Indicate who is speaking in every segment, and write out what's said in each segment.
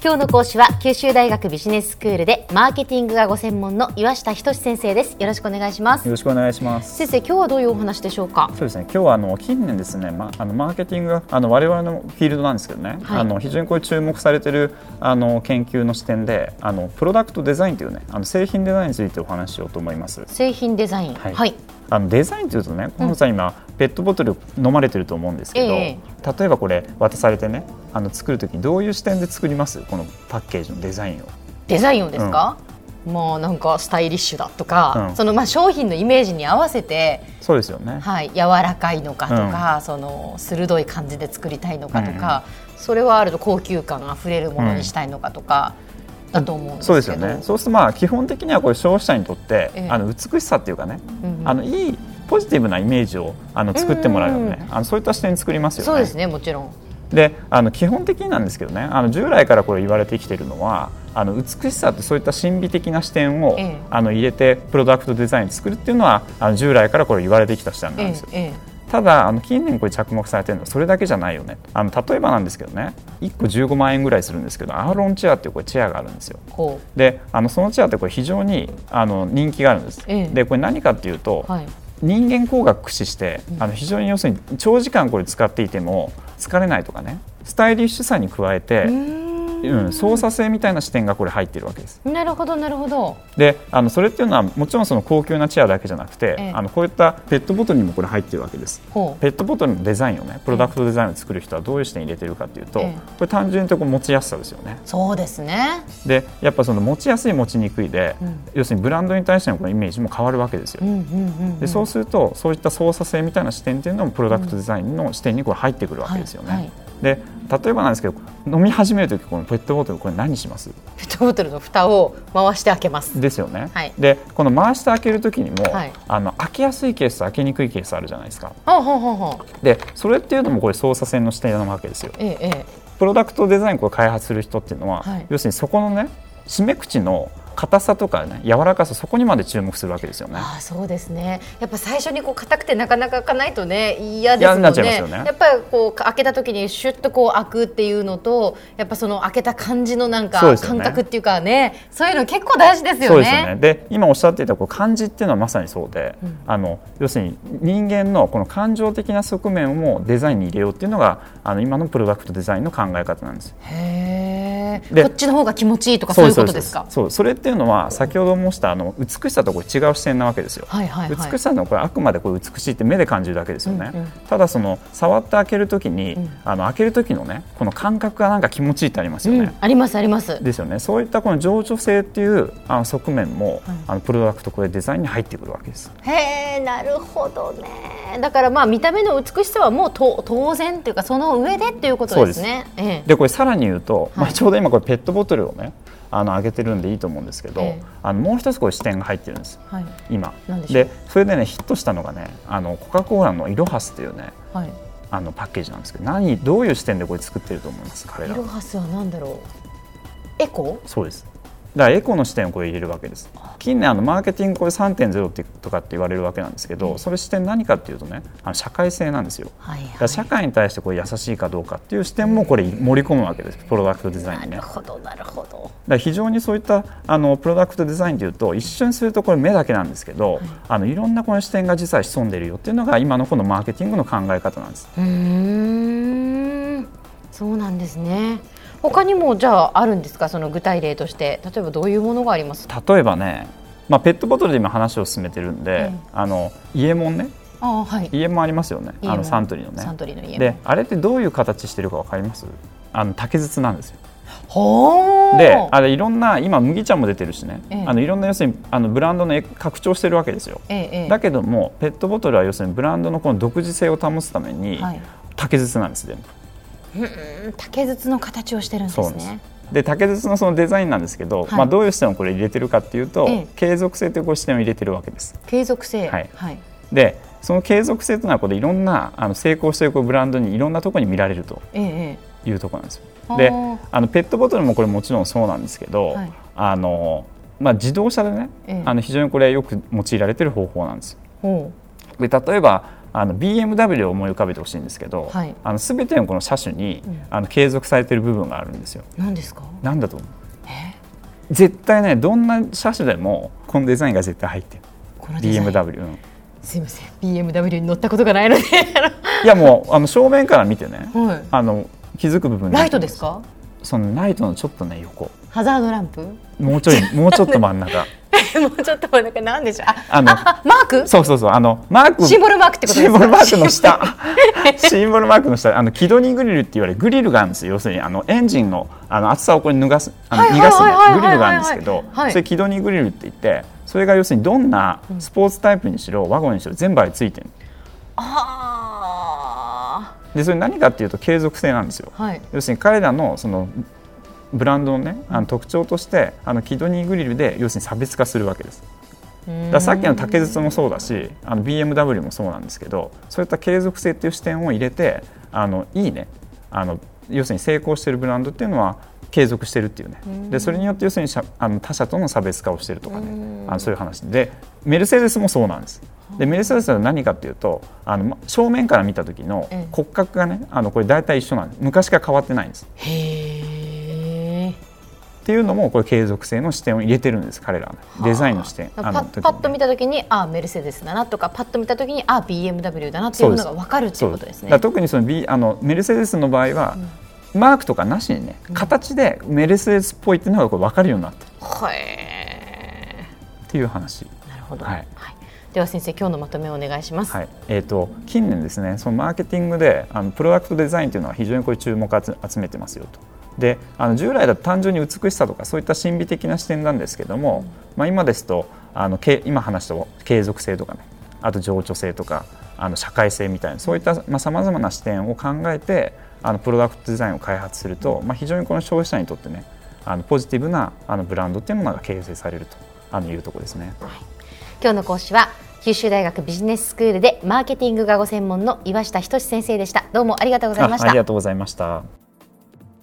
Speaker 1: 今日の講師は九州大学ビジネススクールでマーケティングがご専門の岩下仁先生ですよろしくお願いします
Speaker 2: よろしくお願いします
Speaker 1: 先生今日はどういうお話でしょうか
Speaker 2: そうですね今日はあの近年ですね、ま、あのマーケティングがあの我々のフィールドなんですけどね、
Speaker 1: はい
Speaker 2: あの非常にこういう注目されてるあの研究の視点であのプロダクトデザインというねあの製品デザインについてお話ししようと思います。
Speaker 1: 製品デザインは、
Speaker 2: はいいあのデザインというとね、小野さん今、ペットボトル飲まれてると思うんですけど、
Speaker 1: え
Speaker 2: 例えばこれ渡されてね、あの作るときどういう視点で作ります？このパッケージのデザインを。
Speaker 1: デザインをですか、もうなんかスタイリッシュだとか、
Speaker 2: うん
Speaker 1: そのまあ商品のイメージに合わせて、
Speaker 2: そうですよね。
Speaker 1: はい、柔らかいのかとか、その鋭い感じで作りたいのかとか、それはあると高級感あふれるものにしたいのかとか、だと思うんですけど
Speaker 2: そうですよね。そうするとまあ基本的にはこれ消費者にとって、
Speaker 1: ええ
Speaker 2: あの美しさっていうかね、
Speaker 1: うんうん
Speaker 2: あのいいポジティブなイメージをあの作ってもらうよね、あのそういった視点作りますよね。
Speaker 1: そうですねもちろん
Speaker 2: であの基本的になんですけどねあの従来からこれ言われてきてるのはあの美しさってそういった神秘的な視点を、
Speaker 1: ええ
Speaker 2: あの入れてプロダクトデザイン作るっていうのはあの従来からこれ言われてきた視点なん
Speaker 1: え
Speaker 2: ですよ。
Speaker 1: ええ
Speaker 2: ただあの近年これ着目されてるのはそれだけじゃないよねあの例えばなんですけどね1個15万円ぐらいするんですけどアーロンチェアっていうこれチェアがあるんですよ。
Speaker 1: えこう
Speaker 2: であのそのチェアってこれ非常にあの人気があるんです。
Speaker 1: ええ
Speaker 2: でこれ何かっていうと、
Speaker 1: はい
Speaker 2: 人間工学駆使してあの非常に要するに長時間これ使っていても疲れないとかねスタイリッシュさに加えて、うん、操作性みたいな視点がこれ入ってるわけです。
Speaker 1: なるほどなるほど
Speaker 2: であのそれっていうのはもちろんその高級なチェアだけじゃなくて、
Speaker 1: ええ
Speaker 2: あのこういったペットボトルにもこれ入ってるわけです。
Speaker 1: ほう
Speaker 2: ペットボトルのデザインをねプロダクトデザインを作る人はどういう視点に入れてるかっていうと、
Speaker 1: ええ
Speaker 2: これ単純に言うとこう持ちやすさですよね。
Speaker 1: そうですね
Speaker 2: でやっぱその持ちやすい持ちにくいで、
Speaker 1: ん
Speaker 2: 要するにブランドに対してのこのイメージも変わるわけですよ、
Speaker 1: うんうんうんうん
Speaker 2: でそうするとそういった操作性みたいな視点っていうのもプロダクトデザインの視点にこれ入ってくるわけですよね、
Speaker 1: はいはい
Speaker 2: で例えばなんですけど飲み始めるときこのペットボトルこれ何します
Speaker 1: ペットボトルの蓋を回して開けます
Speaker 2: ですよね、
Speaker 1: はい
Speaker 2: でこの回して開けるときにも、
Speaker 1: はい
Speaker 2: あの開けやすいケースと開けにくいケースあるじゃないですか
Speaker 1: ほうほうほうほう
Speaker 2: でそれっていうのもこれ操作性の視点なわけですよ
Speaker 1: ええええ
Speaker 2: プロダクトデザインをこう開発する人っていうのは、
Speaker 1: はい
Speaker 2: 要するにそこのね締め口の硬さとかね柔らかさそこにまで注目するわけですよね。
Speaker 1: ああそうですね。やっぱ最初にこう硬くてなかなか開かないとね嫌ですもんね。
Speaker 2: 嫌になっちゃいますよね
Speaker 1: やっぱりこう開けた時にシュッとこう開くっていうのと、やっぱその開けた感じのなんか
Speaker 2: そうですよ
Speaker 1: 感
Speaker 2: ね
Speaker 1: 覚っていうかね、そういうの結構大事ですよね。
Speaker 2: そうですよねで今おっしゃっていたこう漢字っていうのはまさにそうで、あの要するに人間のこの感情的な側面をもデザインに入れようっていうのがあの今のプロダクトデザインの考え方なんですよ。
Speaker 1: へえ。
Speaker 2: で
Speaker 1: こっちの方が気持ちいいとかそういうことですか。
Speaker 2: そうそれっていうのは先ほど申したあの美しさとこれ違う視点なわけですよ。
Speaker 1: はいはいはい。
Speaker 2: 美しさのこれあくまでこれ美しいって目で感じるだけですよね、
Speaker 1: うんうん
Speaker 2: ただその触って開けるときに、
Speaker 1: ん
Speaker 2: あの開ける時のねこの感覚がなんか気持ちいいってありますよ
Speaker 1: うん
Speaker 2: ね、、
Speaker 1: ありますあります。
Speaker 2: ですよねそういったこの情緒性っていうあの側面も、
Speaker 1: はい
Speaker 2: あのプロダクトこれデザインに入ってくるわけです
Speaker 1: へえ、なるほどね。だからまあ見た目の美しさはもうと当然っていうかその上でっていうことですね。ええ
Speaker 2: でこれさらに言うと、ま
Speaker 1: は
Speaker 2: あ、
Speaker 1: い
Speaker 2: ちょうど今これペットボトルをねあの開けてるんでいいと思うんですけど、
Speaker 1: ええ
Speaker 2: あのもう一つこう視点が入ってるんです
Speaker 1: はい
Speaker 2: 今
Speaker 1: なんでしょう
Speaker 2: でそれでねヒットしたのがねあのコカ・コーラのイロハスっていうね
Speaker 1: はい。
Speaker 2: あのパッケージなんですけど何どういう視点でこれ作ってると思います彼
Speaker 1: イ
Speaker 2: らは
Speaker 1: ロハスは何だろう。エコ？
Speaker 2: そうですだからエコの視点をこれ入れるわけです近年あのマーケティングこれ3.0ってとかって言われるわけなんですけど、それ視点何かっていうとねあの社会性なんですよ
Speaker 1: はい
Speaker 2: だから社会に対してこれ優しいかどうかっていう視点もこれ盛り込むわけですプロダクトデザインに
Speaker 1: な
Speaker 2: ね
Speaker 1: る
Speaker 2: だか
Speaker 1: ほどなるほど。
Speaker 2: ら非常にそういったあのプロダクトデザインというと一緒にするとこれ目だけなんですけど、い、あのいろんなこの視点が実は潜んでいるよっていうのが今のこのマーケティングの考え方なんです
Speaker 1: うーん、そうなんですね。他にもじゃああるんですかその具体例として例えばどういうものがあります？
Speaker 2: 例えばね、まあ、ペットボトルで今話を進めてるんで、あの家もんね
Speaker 1: あはい。
Speaker 2: 家もありますよね
Speaker 1: 家
Speaker 2: あ
Speaker 1: も
Speaker 2: のサントリーのね
Speaker 1: サントリーの家も
Speaker 2: であれってどういう形してるかわかりますあの竹筒なんですよ
Speaker 1: ほー
Speaker 2: であれいろんな今麦茶も出てるしね、
Speaker 1: ええ
Speaker 2: あのいろんな要するにあのブランドの拡張してるわけですよ
Speaker 1: ええええ
Speaker 2: だけどもペットボトルは要するにブランドのこの独自性を保つために、
Speaker 1: はい
Speaker 2: 竹筒なんです全部
Speaker 1: うん竹筒の形をしてるんで
Speaker 2: そうな
Speaker 1: す
Speaker 2: んです
Speaker 1: ね。
Speaker 2: で竹筒のそのデザインなんですけど、
Speaker 1: はい
Speaker 2: まあ、どういう視点をこれ入れてるかっていうと、
Speaker 1: ええ
Speaker 2: 継続性というこう視点を入れてるわけです
Speaker 1: 継続性
Speaker 2: はい
Speaker 1: はい。
Speaker 2: でその継続性というのはこれいろんなあの成功しているこうブランドにいろんなところに見られると
Speaker 1: えええ
Speaker 2: いうところなんです
Speaker 1: あー
Speaker 2: よ。であのペットボトルもこれもちろんそうなんですけど、
Speaker 1: はい
Speaker 2: あのまあ、自動車でね、
Speaker 1: ええ
Speaker 2: あの非常にこれよく用いられている方法なんですよ。
Speaker 1: え。ほ
Speaker 2: で例えばああの BMW を思い浮かべてほしいんですけど、
Speaker 1: はい
Speaker 2: あの全てのこの車種に、
Speaker 1: うん
Speaker 2: あの継続されてる部分があるんですよ。
Speaker 1: 何ですか
Speaker 2: なんだと思う絶対ねどんな車種でもこのデザインが絶対入ってる
Speaker 1: このデザイン
Speaker 2: BMW、うん
Speaker 1: すいません BMW に乗ったことが ないので
Speaker 2: いやもうあの正面から見てね
Speaker 1: はい
Speaker 2: あの気づく部分
Speaker 1: ライトですか
Speaker 2: そのライトのちょっとね横
Speaker 1: ハザードラン プも
Speaker 2: もうちょいもうちょっと真ん中
Speaker 1: うちょっとなんか何でしょうあ
Speaker 2: あの
Speaker 1: あマーク
Speaker 2: そうそうそうあのマーク
Speaker 1: シンボルマークってことですか
Speaker 2: シンボルマークの下シンボルマークの下あのキドニーグリルって言われるグリルがあるんですよ要するにあのエンジンのあの厚さをこれ脱がすあの
Speaker 1: はいはい
Speaker 2: 逃がす
Speaker 1: はいはいはい
Speaker 2: グリルがあるんですけど
Speaker 1: はい
Speaker 2: それキドニーグリルって言ってそれが要するにどんなスポーツタイプにしろワゴンにしろ全部あれついてる
Speaker 1: あ
Speaker 2: でそれ何かっていうと継続性なんですよ
Speaker 1: あはい
Speaker 2: 要するに彼らのそのブランドのねあの特徴としてあのキドニーグリルで要するに差別化するわけですだからさっきの竹筒もそうだしあの BMW もそうなんですけどそういった継続性っていう視点を入れてあのいいねあの要するに成功してるブランドっていうのは継続してるっていうねでそれによって要するに社あの他社との差別化をしてるとかねあのそういう話でメルセデスもそうなんですでメルセデスは何かっていうとあのま正面から見た時の
Speaker 1: ええ
Speaker 2: 骨格がねあのこれ大体一緒なんです昔から変わってないんです
Speaker 1: へえ
Speaker 2: っていうのもこれ継続性の視点を入れてるんです彼らはねデザインの視点
Speaker 1: パ
Speaker 2: あの
Speaker 1: ッパッと見たときにあメルセデスだなとかパッと見たときにあ BMW だなっていうものが分かるっていうことです
Speaker 2: だ
Speaker 1: ね
Speaker 2: から特にその、B、あのメルセデスの場合は、マークとかなしにね形でメルセデスっぽいっていうのがこれ分かるようになってる
Speaker 1: はい
Speaker 2: っていう話。
Speaker 1: なるほど、は
Speaker 2: はいい
Speaker 1: では先生今日のまとめをお願いします、
Speaker 2: はいえー、と近年ですねそのマーケティングであのプロダクトデザインというのは非常にこれ注目を集集めてますよと。であの従来だと単純に美しさとかそういった神秘的な視点なんですけども、まあ、今ですとあのけ今話した継続性とかねあと情緒性とかあの社会性みたいなそういったさまざ、まな視点を考えてあのプロダクトデザインを開発すると、まあ、非常にこの消費者にとってねあのポジティブなあのブランドっていうものが形成されるとあのいうところですね。
Speaker 1: 今日の講師は九州大学ビジネススクールでマーケティングがご専門の岩下仁先生でしたどうもありがとうございまし
Speaker 2: ああ
Speaker 1: た
Speaker 2: りがとうございました。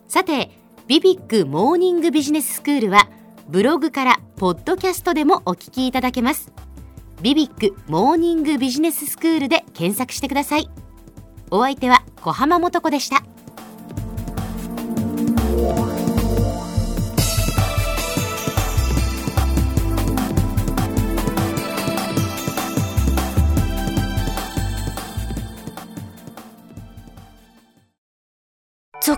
Speaker 1: さてビビックモーニングビジネススクールはブログからポッドキャストでもお聞きいただけますビビックモーニングビジネススクールで検索してくださいお相手は小浜もとこでした
Speaker 3: ゾ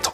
Speaker 4: ト」